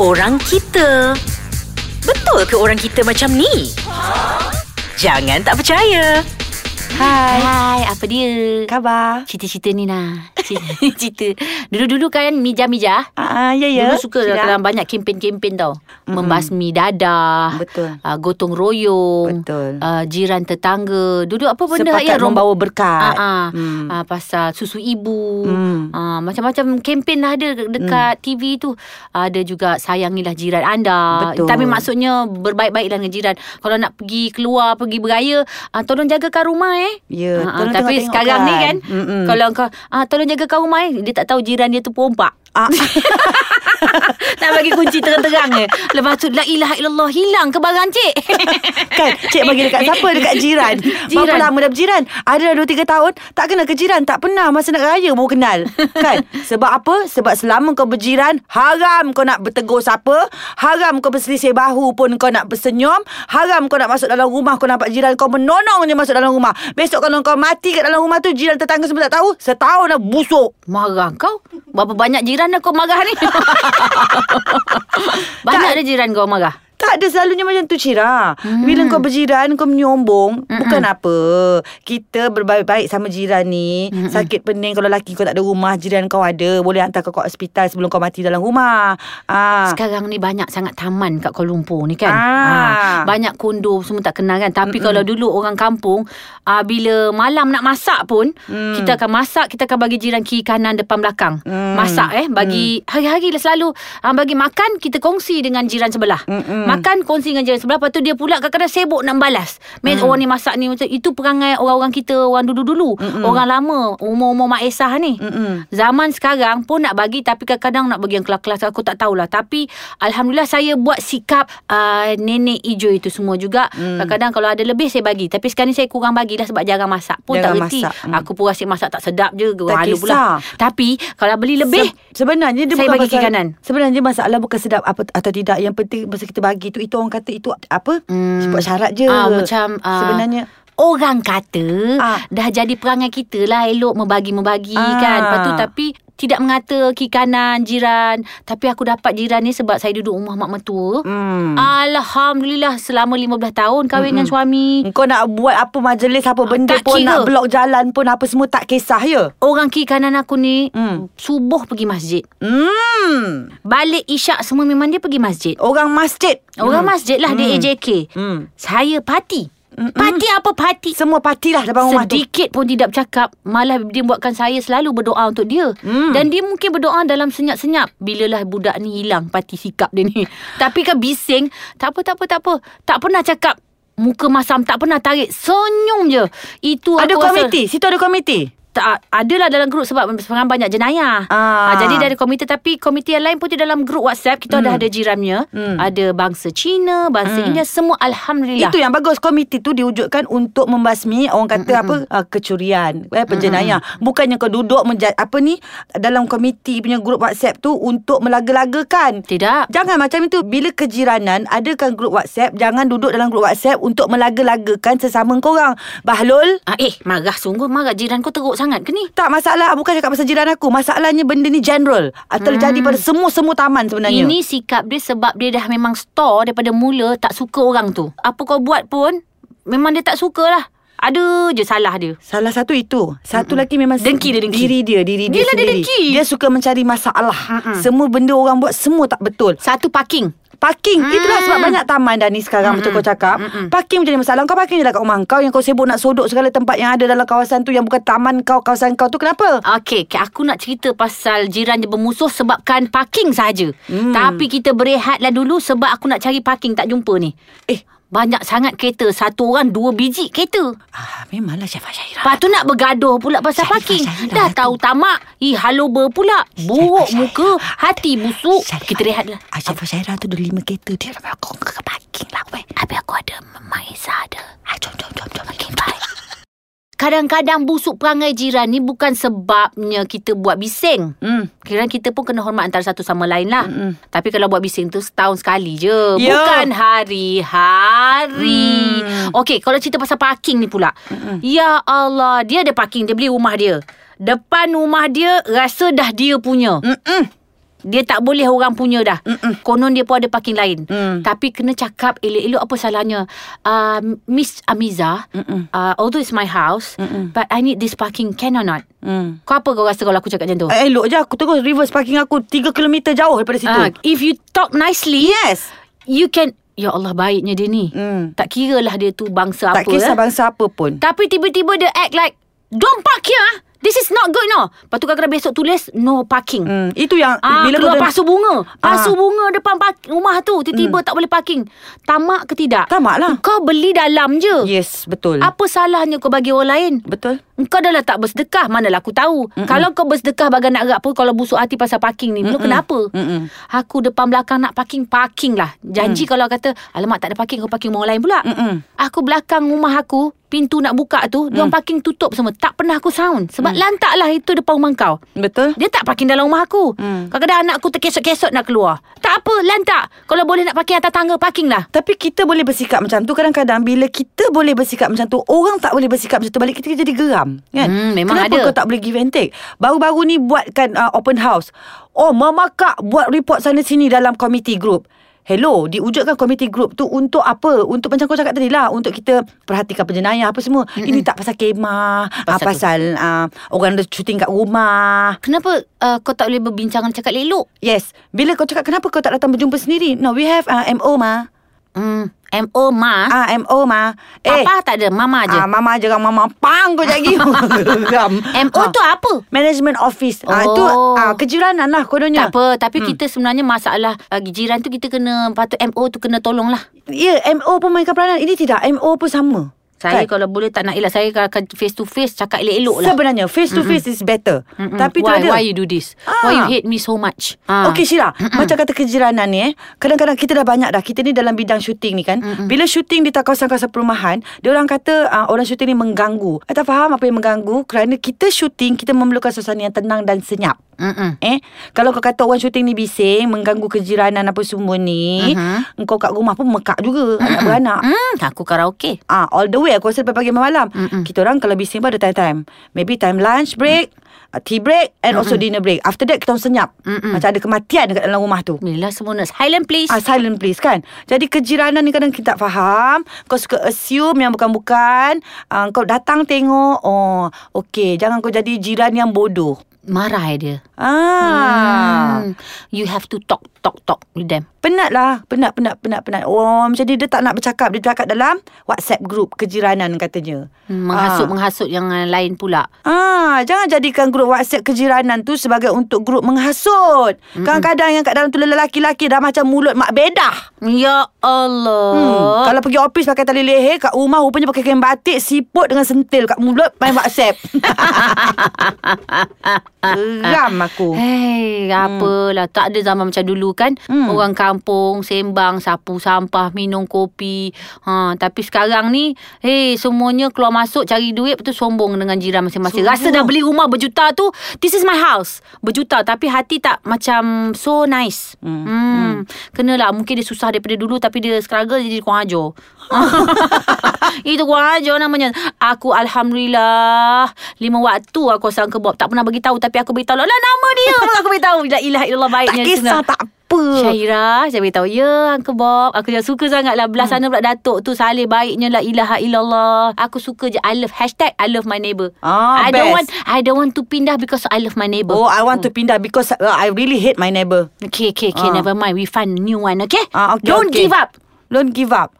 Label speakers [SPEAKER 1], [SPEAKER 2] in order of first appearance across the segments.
[SPEAKER 1] orang kita. Betul ke orang kita macam ni? Jangan tak percaya.
[SPEAKER 2] Hai.
[SPEAKER 3] Hai, apa dia?
[SPEAKER 2] Khabar?
[SPEAKER 3] Cerita-cerita ni lah. Cerita. Dulu-dulu kan Mija-Mija.
[SPEAKER 2] Ah, ah, ya ya.
[SPEAKER 3] Dulu suka
[SPEAKER 2] Sila.
[SPEAKER 3] Sila. dalam banyak kempen-kempen tau. Mm. Membasmi dadah.
[SPEAKER 2] Betul.
[SPEAKER 3] Uh, gotong
[SPEAKER 1] Oh,
[SPEAKER 3] royong.
[SPEAKER 2] Betul.
[SPEAKER 3] Uh, jiran tetangga. Dulu apa benda
[SPEAKER 2] Sepakat
[SPEAKER 3] yang
[SPEAKER 2] membawa
[SPEAKER 3] Ah,
[SPEAKER 2] berkat.
[SPEAKER 3] ah,
[SPEAKER 2] Hmm.
[SPEAKER 3] ah, pasal susu ibu.
[SPEAKER 2] Hmm.
[SPEAKER 3] Ah, macam-macam kempen dah ada dekat TV tu. Ada juga sayangilah jiran anda.
[SPEAKER 2] Betul.
[SPEAKER 3] Tapi maksudnya berbaik-baiklah dengan jiran. Kalau nak pergi keluar, pergi beraya, ah, tolong jagakan rumah eh.
[SPEAKER 2] Ya,
[SPEAKER 3] Ah, ah,
[SPEAKER 2] tolong
[SPEAKER 3] tapi
[SPEAKER 2] tengok-tengok
[SPEAKER 3] sekarang ni kan,
[SPEAKER 2] Mm-mm.
[SPEAKER 3] kalau kau ah, tolong jagakan rumah eh, dia tak tahu jiran dia tu perompak.
[SPEAKER 2] Ah.
[SPEAKER 3] Nak bagi kunci terang-terang eh. Lepas tu la ilaha illallah hilang ke barang cik.
[SPEAKER 2] Kan Cik bagi dekat siapa Dekat jiran Berapa
[SPEAKER 3] Jiran.
[SPEAKER 2] lama dah berjiran Ada dah 2-3 tahun Tak kenal ke jiran Tak pernah Masa nak raya baru kenal Kan Sebab apa Sebab selama kau berjiran Haram kau nak bertegur siapa Haram kau berselisih bahu pun Kau nak bersenyum Haram kau nak masuk dalam rumah Kau nampak jiran Kau menonong je masuk dalam rumah Besok kalau kau mati kat dalam rumah tu Jiran tetangga semua tak tahu Setahun dah busuk
[SPEAKER 3] Marah kau Berapa banyak jiran dah kau marah ni Banyak ada jiran kau marah
[SPEAKER 2] Tak ada selalunya macam tu Cira hmm. Bila kau berjiran Kau menyombong Mm-mm. Bukan apa Kita berbaik-baik sama jiran ni Mm-mm. Sakit pening Kalau laki kau tak ada rumah Jiran kau ada Boleh hantar kau ke hospital Sebelum kau mati dalam rumah ah.
[SPEAKER 3] Sekarang ni banyak sangat taman kat Kuala Lumpur ni kan.
[SPEAKER 2] Ah.
[SPEAKER 3] Ha, banyak kondo semua tak kenal kan. Tapi Mm-mm. kalau dulu orang kampung, ah, bila malam nak masak pun, mm. kita akan masak, kita akan bagi jiran kiri kanan depan belakang. Mm. Masak eh bagi mm. hari-hari lah selalu ah, bagi makan kita kongsi dengan jiran sebelah. Mm-mm. Makan kongsi dengan jiran sebelah. Lepas tu dia pula kadang-kadang sibuk nak balas. Men mm. orang ni masak ni macam itu perangai orang-orang kita orang dulu-dulu, orang lama, umur-umur Mak Esah ni.
[SPEAKER 2] Mm-mm.
[SPEAKER 3] Zaman sekarang pun nak bagi tapi kadang-kadang nak bagi yang kelas-kelas aku tak tahulah. Tapi Alhamdulillah saya buat sikap uh, nenek hijau itu semua juga. Hmm. Kadang-kadang kalau ada lebih saya bagi. Tapi sekarang ni saya kurang bagilah sebab jarang masak. Pun
[SPEAKER 2] Jarang
[SPEAKER 3] tak reti.
[SPEAKER 2] masak. Hmm.
[SPEAKER 3] Aku pun rasa masak tak sedap je.
[SPEAKER 2] Tak
[SPEAKER 3] Tak
[SPEAKER 2] kisah.
[SPEAKER 3] pula. Tapi kalau beli lebih.
[SPEAKER 2] Se- sebenarnya dia
[SPEAKER 3] Saya
[SPEAKER 2] bukan
[SPEAKER 3] bagi kiri
[SPEAKER 2] masalah-
[SPEAKER 3] kanan.
[SPEAKER 2] Sebenarnya masalah bukan sedap apa atau tidak Yang penting masa kita bagi tu Itu orang kata itu apa
[SPEAKER 3] Hmm.
[SPEAKER 2] Buat syarat je
[SPEAKER 3] Ah, macam, ah,
[SPEAKER 2] Sebenarnya
[SPEAKER 3] Orang kata
[SPEAKER 2] Ah.
[SPEAKER 3] dah jadi perangai kita lah elok membagi-membagi
[SPEAKER 2] Ah.
[SPEAKER 3] kan. Lepas tu tapi tidak mengata kiri kanan jiran. Tapi aku dapat jiran ni sebab saya duduk rumah mak mertua.
[SPEAKER 2] hmm.
[SPEAKER 3] Alhamdulillah selama 15 tahun kahwin dengan suami.
[SPEAKER 2] Kau nak buat apa majlis Apa benda
[SPEAKER 3] Ah, tak
[SPEAKER 2] pun
[SPEAKER 3] kira.
[SPEAKER 2] Nak blok jalan pun Apa semua tak kisah ya
[SPEAKER 3] Orang kiri kanan aku ni
[SPEAKER 2] Hmm.
[SPEAKER 3] subuh pergi masjid.
[SPEAKER 2] Hmm
[SPEAKER 3] Balik isyak semua memang dia pergi masjid.
[SPEAKER 2] Orang masjid
[SPEAKER 3] Orang masjid lah dia AJK.
[SPEAKER 2] Hmm.
[SPEAKER 3] Saya parti. Parti apa parti?
[SPEAKER 2] Semua parti lah depan rumah tu.
[SPEAKER 3] Sedikit pun tidak bercakap Malah dia buatkan saya selalu berdoa untuk dia
[SPEAKER 2] Hmm.
[SPEAKER 3] Dan dia mungkin berdoa dalam senyap-senyap Bilalah budak ni hilang pati sikap dia ni Tapi kan bising Tak apa, tak apa, tak apa Tak pernah cakap Muka masam tak pernah tarik Senyum je Itu
[SPEAKER 2] Ada
[SPEAKER 3] aku rasa-
[SPEAKER 2] komiti, situ ada komiti.
[SPEAKER 3] tak adalah dalam grup sebab sekarang banyak jenayah.
[SPEAKER 2] Ah.
[SPEAKER 3] Ah, jadi dari komite tapi komite yang lain pun dia dalam grup WhatsApp kita
[SPEAKER 2] Hmm.
[SPEAKER 3] dah ada jiramnya, ada bangsa Cina, bangsa India semua alhamdulillah.
[SPEAKER 2] Itu yang bagus komiti tu diwujudkan untuk membasmi orang kata apa uh, kecurian, eh penjenayah. Bukannya kau duduk menja- apa ni dalam komiti punya grup WhatsApp tu untuk melaga-lagakan.
[SPEAKER 3] Tidak.
[SPEAKER 2] Jangan macam itu Bila kejiranan Adakan grup whatsapp Jangan duduk dalam grup whatsapp Untuk melaga-lagakan Sesama korang Bahlul
[SPEAKER 3] Ah, eh, marah sungguh marah jiran kau teruk sangat ke ni?
[SPEAKER 2] Tak masalah Bukan cakap pasal jiran aku Masalahnya benda ni general Atau terjadi pada semua-semua taman sebenarnya
[SPEAKER 3] Ini sikap dia sebab dia dah memang store daripada mula tak suka orang tu. Apa kau buat pun memang dia tak sukalah. Ada je salah dia.
[SPEAKER 2] Salah satu itu Satu Mm-mm. lagi memang se-
[SPEAKER 3] Dengki dia, dengki.
[SPEAKER 2] Diri Hmm. dia Diri dia Hmm.
[SPEAKER 3] Yelah, dia
[SPEAKER 2] sendiri
[SPEAKER 3] dengki.
[SPEAKER 2] Dia suka mencari masalah Mm-mm. Semua benda orang buat Semua tak betul
[SPEAKER 3] Satu parking.
[SPEAKER 2] Parking mm. Itulah sebab banyak taman dah ni sekarang Betul kau cakap Mm-mm. Parking menjadi masalah Kau parking je lah kat rumah kau Yang kau sibuk nak sodok Segala tempat yang ada dalam kawasan tu Yang bukan taman kau Kawasan kau tu kenapa?
[SPEAKER 3] Okey, okay, aku nak cerita pasal jiran je bermusuh sebabkan parking saja. Hmm. Tapi kita berehatlah dulu sebab aku nak cari parking tak jumpa ni.
[SPEAKER 2] Eh
[SPEAKER 3] Banyak sangat kereta. Satu orang dua biji kereta.
[SPEAKER 2] ah, Memanglah Syafa Syairah
[SPEAKER 3] Lepas tu nak bergaduh pula pasal
[SPEAKER 2] Syairah,
[SPEAKER 3] parking.
[SPEAKER 2] Syairah,
[SPEAKER 3] Dah
[SPEAKER 2] aku-
[SPEAKER 3] tahu tamak. Ih, haloba pula. Buruk
[SPEAKER 2] Syairah,
[SPEAKER 3] muka, hati busuk. Kita rehatlah.
[SPEAKER 2] ah, Syafa Syairah tu ada lima kereta Dia nak kau ke parking lah weh
[SPEAKER 3] Habis aku ada Mak Isa ada.
[SPEAKER 2] ah, Jom jom jom jom Okay
[SPEAKER 3] Bye. Kadang-kadang busuk perangai jiran ni bukan sebabnya kita buat bising.
[SPEAKER 2] Hmm.
[SPEAKER 3] Kira kita pun kena hormat antara satu sama lain lah. Mm-hmm. Tapi kalau buat bising tu setahun sekali je.
[SPEAKER 2] Ya.
[SPEAKER 3] Bukan hari-hari. Mm. Okey, kalau cerita pasal parking ni pula. Mm-hmm. Ya Allah, dia ada parking. Dia beli rumah dia. Depan rumah dia rasa dah dia punya.
[SPEAKER 2] Mm-mm.
[SPEAKER 3] Dia tak boleh orang punya dah. Mm-mm. Konon dia pun ada parking lain.
[SPEAKER 2] Mm.
[SPEAKER 3] Tapi kena cakap elok-elok apa salahnya. Uh, Miss Amiza,
[SPEAKER 2] Mm-mm.
[SPEAKER 3] uh, although it's my house,
[SPEAKER 2] Mm-mm.
[SPEAKER 3] but I need this parking. Can or not?
[SPEAKER 2] Hmm.
[SPEAKER 3] Kau apa kau rasa kalau aku cakap macam tu?
[SPEAKER 2] Eh, elok je aku terus reverse parking aku 3 km jauh daripada situ.
[SPEAKER 3] Ah, if you talk nicely,
[SPEAKER 2] Yes.
[SPEAKER 3] you can... Ya Allah, baiknya dia ni.
[SPEAKER 2] Hmm.
[SPEAKER 3] Tak kira lah dia tu bangsa
[SPEAKER 2] Tak
[SPEAKER 3] apa. eh.
[SPEAKER 2] kisah bangsa apa pun.
[SPEAKER 3] Tapi tiba-tiba dia act like Don't park here ah. This is not good no Lepas tu kadang-kadang besok tulis No parking
[SPEAKER 2] Hmm, itu yang
[SPEAKER 3] Ah, Bila keluar
[SPEAKER 2] kau dah-
[SPEAKER 3] pasu bunga Pasu
[SPEAKER 2] Ah. Hmm.
[SPEAKER 3] bunga depan park, rumah tu Tiba-tiba tak boleh parking Tamak ke tidak?
[SPEAKER 2] Tamak lah.
[SPEAKER 3] Kau beli dalam je
[SPEAKER 2] Yes, betul.
[SPEAKER 3] Apa salahnya kau bagi orang lain?
[SPEAKER 2] Betul.
[SPEAKER 3] Engkau dah lah tak bersedekah Manalah aku tahu
[SPEAKER 2] Hmm.
[SPEAKER 3] Mm-mm. Kalau kau bersedekah bagai nak gerak pun Kalau busuk hati pasal parking ni Lu
[SPEAKER 2] Hmm.
[SPEAKER 3] kenapa?
[SPEAKER 2] Mm-mm.
[SPEAKER 3] Aku depan belakang nak parking Parking lah Janji kalau kata Alamak tak ada parking Kau parking orang lain pula
[SPEAKER 2] Mm-mm.
[SPEAKER 3] Aku belakang rumah aku Pintu nak buka tu Dia orang parking tutup semua Tak pernah aku sound Sebab lantak lah itu depan rumah kau
[SPEAKER 2] Betul?
[SPEAKER 3] Dia tak parking dalam rumah aku Kadang-kadang anak aku terkesot-kesot nak keluar Tak apa lantak Kalau boleh nak parking atas tangga Parking lah
[SPEAKER 2] Tapi kita boleh bersikap macam tu Kadang-kadang bila kita boleh bersikap macam tu Orang tak boleh bersikap macam tu Balik kita jadi geram kan?
[SPEAKER 3] Hmm, memang
[SPEAKER 2] Kenapa
[SPEAKER 3] ada.
[SPEAKER 2] kau tak boleh give and take Baru-baru ni buatkan uh, open house Oh memakak buat report sana sini dalam committee group Hello, diwujudkan committee group tu untuk apa? Untuk macam kau cakap tadi lah. Untuk kita perhatikan penjenayah apa semua. Mm-mm. Ini tak pasal kemah.
[SPEAKER 3] Pasal
[SPEAKER 2] Pasal, ah, pasal uh, orang ada syuting kat rumah.
[SPEAKER 3] Kenapa uh, kau tak boleh berbincang Cakap elok
[SPEAKER 2] Yes. Bila kau cakap kenapa kau tak datang berjumpa sendiri? No, we have uh, MO ma.
[SPEAKER 3] hmm, MO Ma
[SPEAKER 2] Ah, MO ma. Eh,
[SPEAKER 3] Papa tak ada Mama je
[SPEAKER 2] Ah, mama je kan mama pang kau jadi. Ah,
[SPEAKER 3] MO tu apa?
[SPEAKER 2] management office. Ah itu
[SPEAKER 3] Oh.
[SPEAKER 2] ah kejiranan lah
[SPEAKER 3] Tak
[SPEAKER 2] kononnya.
[SPEAKER 3] apa Tapi hmm. kita sebenarnya masalah uh, Jiran tu kita kena Patut MO tu kena tolong lah
[SPEAKER 2] Ya, MO pun mainkan peranan. Ini tidak, MO pun sama.
[SPEAKER 3] Saya
[SPEAKER 2] Kan?
[SPEAKER 3] kalau boleh tak nak elak Saya akan face to face Cakap elok-elok lah
[SPEAKER 2] Sebenarnya face to face is better.
[SPEAKER 3] Mm-mm.
[SPEAKER 2] Tapi tu
[SPEAKER 3] why,
[SPEAKER 2] ada.
[SPEAKER 3] Why you do this?
[SPEAKER 2] Ah.
[SPEAKER 3] Why you hate me so much? Ah.
[SPEAKER 2] Okey Syirah Macam kata kejiranan ni eh Kadang-kadang kita dah banyak dah Kita ni dalam bidang syuting ni kan Mm-mm. Bila syuting di tak kawasan-kawasan perumahan Dia orang kata uh, Orang syuting ni mengganggu Saya tak faham apa yang mengganggu Kerana kita syuting Kita memerlukan suasana yang tenang dan senyap
[SPEAKER 3] Mm-mm.
[SPEAKER 2] Eh Kalau kau kata orang syuting ni bising Mengganggu kejiranan apa semua ni uh-huh. Kau kat rumah pun mekak juga Anak beranak
[SPEAKER 3] Hmm, aku karaoke.
[SPEAKER 2] Ah, all the way aku rasa daripada pagi sampai malam. Mm-mm. Kita orang kalau bising pun ada time-time. Maybe time lunch break, mm. tea break and Mm-mm. also dinner break. After that kita orang senyap. Mm-mm. Macam ada kematian dekat dalam rumah tu.
[SPEAKER 3] Bila semua nak silent please.
[SPEAKER 2] Ah, silent please kan Jadi kejiranan ni kadang kita tak faham Kau suka assume yang bukan-bukan ah, Kau datang tengok Oh okay Jangan kau jadi jiran yang bodoh
[SPEAKER 3] Marah eh dia.
[SPEAKER 2] Ah, hmm.
[SPEAKER 3] Hmm. You have to talk talk talk with them.
[SPEAKER 2] penat lah, penat, penat, penat, penat. Oh, macam dia, dia tak nak bercakap, dia cakap dalam WhatsApp group kejiranan katanya.
[SPEAKER 3] Hmm, menghasut menghasut yang uh, lain pula.
[SPEAKER 2] Ah, jangan jadikan grup WhatsApp kejiranan tu sebagai untuk grup menghasut. Kadang-kadang yang kat dalam tu lelaki-lelaki dah macam mulut mak bedah.
[SPEAKER 3] Ya
[SPEAKER 2] Hmm.
[SPEAKER 3] Allah.
[SPEAKER 2] Kalau pergi office pakai tali leher, kat rumah rupanya pakai kain batik, siput dengan sentil kat mulut main WhatsApp. Geram aku.
[SPEAKER 3] Hei, apalah tak ada zaman macam dulu kan. Hmm. Orang kampung sembang, sapu sampah, minum kopi. Ha, tapi sekarang ni, hei semuanya keluar masuk cari duit lepas tu sombong dengan jiran masing-masing.
[SPEAKER 2] Sombong.
[SPEAKER 3] Rasa dah beli rumah berjuta tu, this is my house. Berjuta tapi hati tak macam so nice. Hmm. hmm. Kenalah mungkin dia susah daripada dulu tapi dia struggle jadi kurang ajar. Itu kurang ajar namanya. Aku alhamdulillah lima waktu aku sang kebab tak pernah bagi tahu tapi aku beritahu lah, lah nama dia pun aku beritahu. La ilaha illallah
[SPEAKER 2] Tak
[SPEAKER 3] baiknya. di
[SPEAKER 2] kisah,
[SPEAKER 3] sana.
[SPEAKER 2] tak apa.
[SPEAKER 3] Syairah Saya beritahu Ya Uncle Bob Aku yang suka sangat lah
[SPEAKER 2] Hmm.
[SPEAKER 3] Belah sana pula Datuk tu Salih baiknya lah Ilaha illallah Aku suka je I love Hashtag I love my neighbour
[SPEAKER 2] Ah,
[SPEAKER 3] I don't
[SPEAKER 2] best.
[SPEAKER 3] want I don't want to pindah Because I love my neighbour
[SPEAKER 2] Oh, I want to pindah because uh, I really hate my neighbour.
[SPEAKER 3] Okay okay okay
[SPEAKER 2] Ah.
[SPEAKER 3] Never mind We find new one okay,
[SPEAKER 2] Ah, okay,
[SPEAKER 3] Don't
[SPEAKER 2] okay.
[SPEAKER 3] give up
[SPEAKER 2] Don't give up.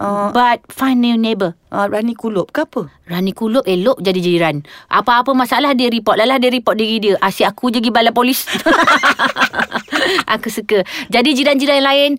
[SPEAKER 2] Uh,
[SPEAKER 3] But find new neighbour
[SPEAKER 2] uh, Rani Kulub ke apa?
[SPEAKER 3] Rani Kulub elok jadi jiran. Apa-apa masalah dia report. Lalah dia report diri dia. Asyik aku je pergi balai polis. aku suka. Jadi jiran-jiran yang lain,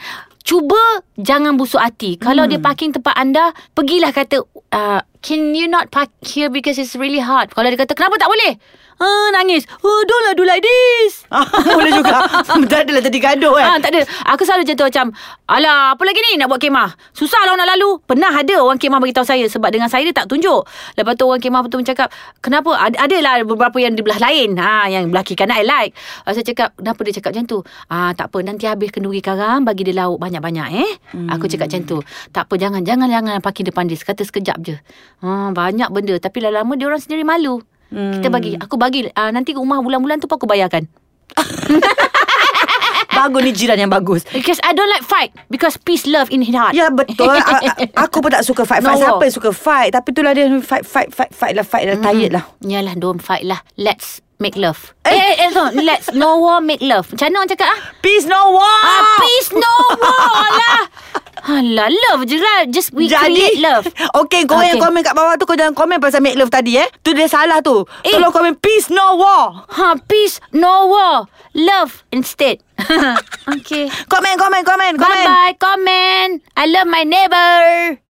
[SPEAKER 3] cuba jangan busuk hati. Kalau dia parking tempat anda, pergilah kata, uh, can you not park here because it's really hard. Kalau dia kata, kenapa tak boleh? Uh, nangis. Uh, don't lah do like this.
[SPEAKER 2] Ah, Boleh juga Dah adalah jadi gaduh kan
[SPEAKER 3] Ah, tak ada. Aku selalu macam tu macam, alah, apa lagi ni nak buat kemah? Susah lah nak lalu. Pernah ada orang kemah beritahu saya sebab dengan saya dia tak tunjuk. Lepas tu orang kemah tu mencakap, kenapa? Ad- adalah beberapa yang di belah lain. Ha, yang belah kiri kanan I like. Ah, Saya cakap, kenapa dia cakap macam tu? Ah, tak apa, nanti habis kenduri karang, bagi dia lauk banyak-banyak eh. Hmm. Aku cakap macam tu. Tak apa, jangan, jangan, jangan parking depan dia. Kata sekejap je. Ha, banyak benda. Tapi lama-lama dia orang sendiri malu. ah, Hmm. Kita bagi Aku bagi uh, Nanti rumah bulan-bulan tu pun aku bayarkan
[SPEAKER 2] bagus ni jiran yang bagus.
[SPEAKER 3] Because I don't like fight Because peace love in his heart
[SPEAKER 2] Ya betul A- a- Aku pun tak suka fight fight
[SPEAKER 3] No.
[SPEAKER 2] Siapa yang suka fight Tapi itulah dia Fight fight fight fight lah Fight lah
[SPEAKER 3] Mm-hmm.
[SPEAKER 2] tired lah
[SPEAKER 3] Yalah don't fight lah Let's make love Eh eh, eh no Let's no war make love Macam mana orang cakap ah?
[SPEAKER 2] Peace no war
[SPEAKER 3] ah peace no war lah Alah love je lah Just we create love
[SPEAKER 2] Okay kau
[SPEAKER 3] Okay.
[SPEAKER 2] yang komen kat bawah tu Kau jangan komen pasal make love tadi eh Tu dia salah tu
[SPEAKER 3] Eh.
[SPEAKER 2] Tolong komen peace no war
[SPEAKER 3] Ha peace no war Love instead Okay
[SPEAKER 2] Komen komen komen komen
[SPEAKER 3] Bye bye comment I love my neighbor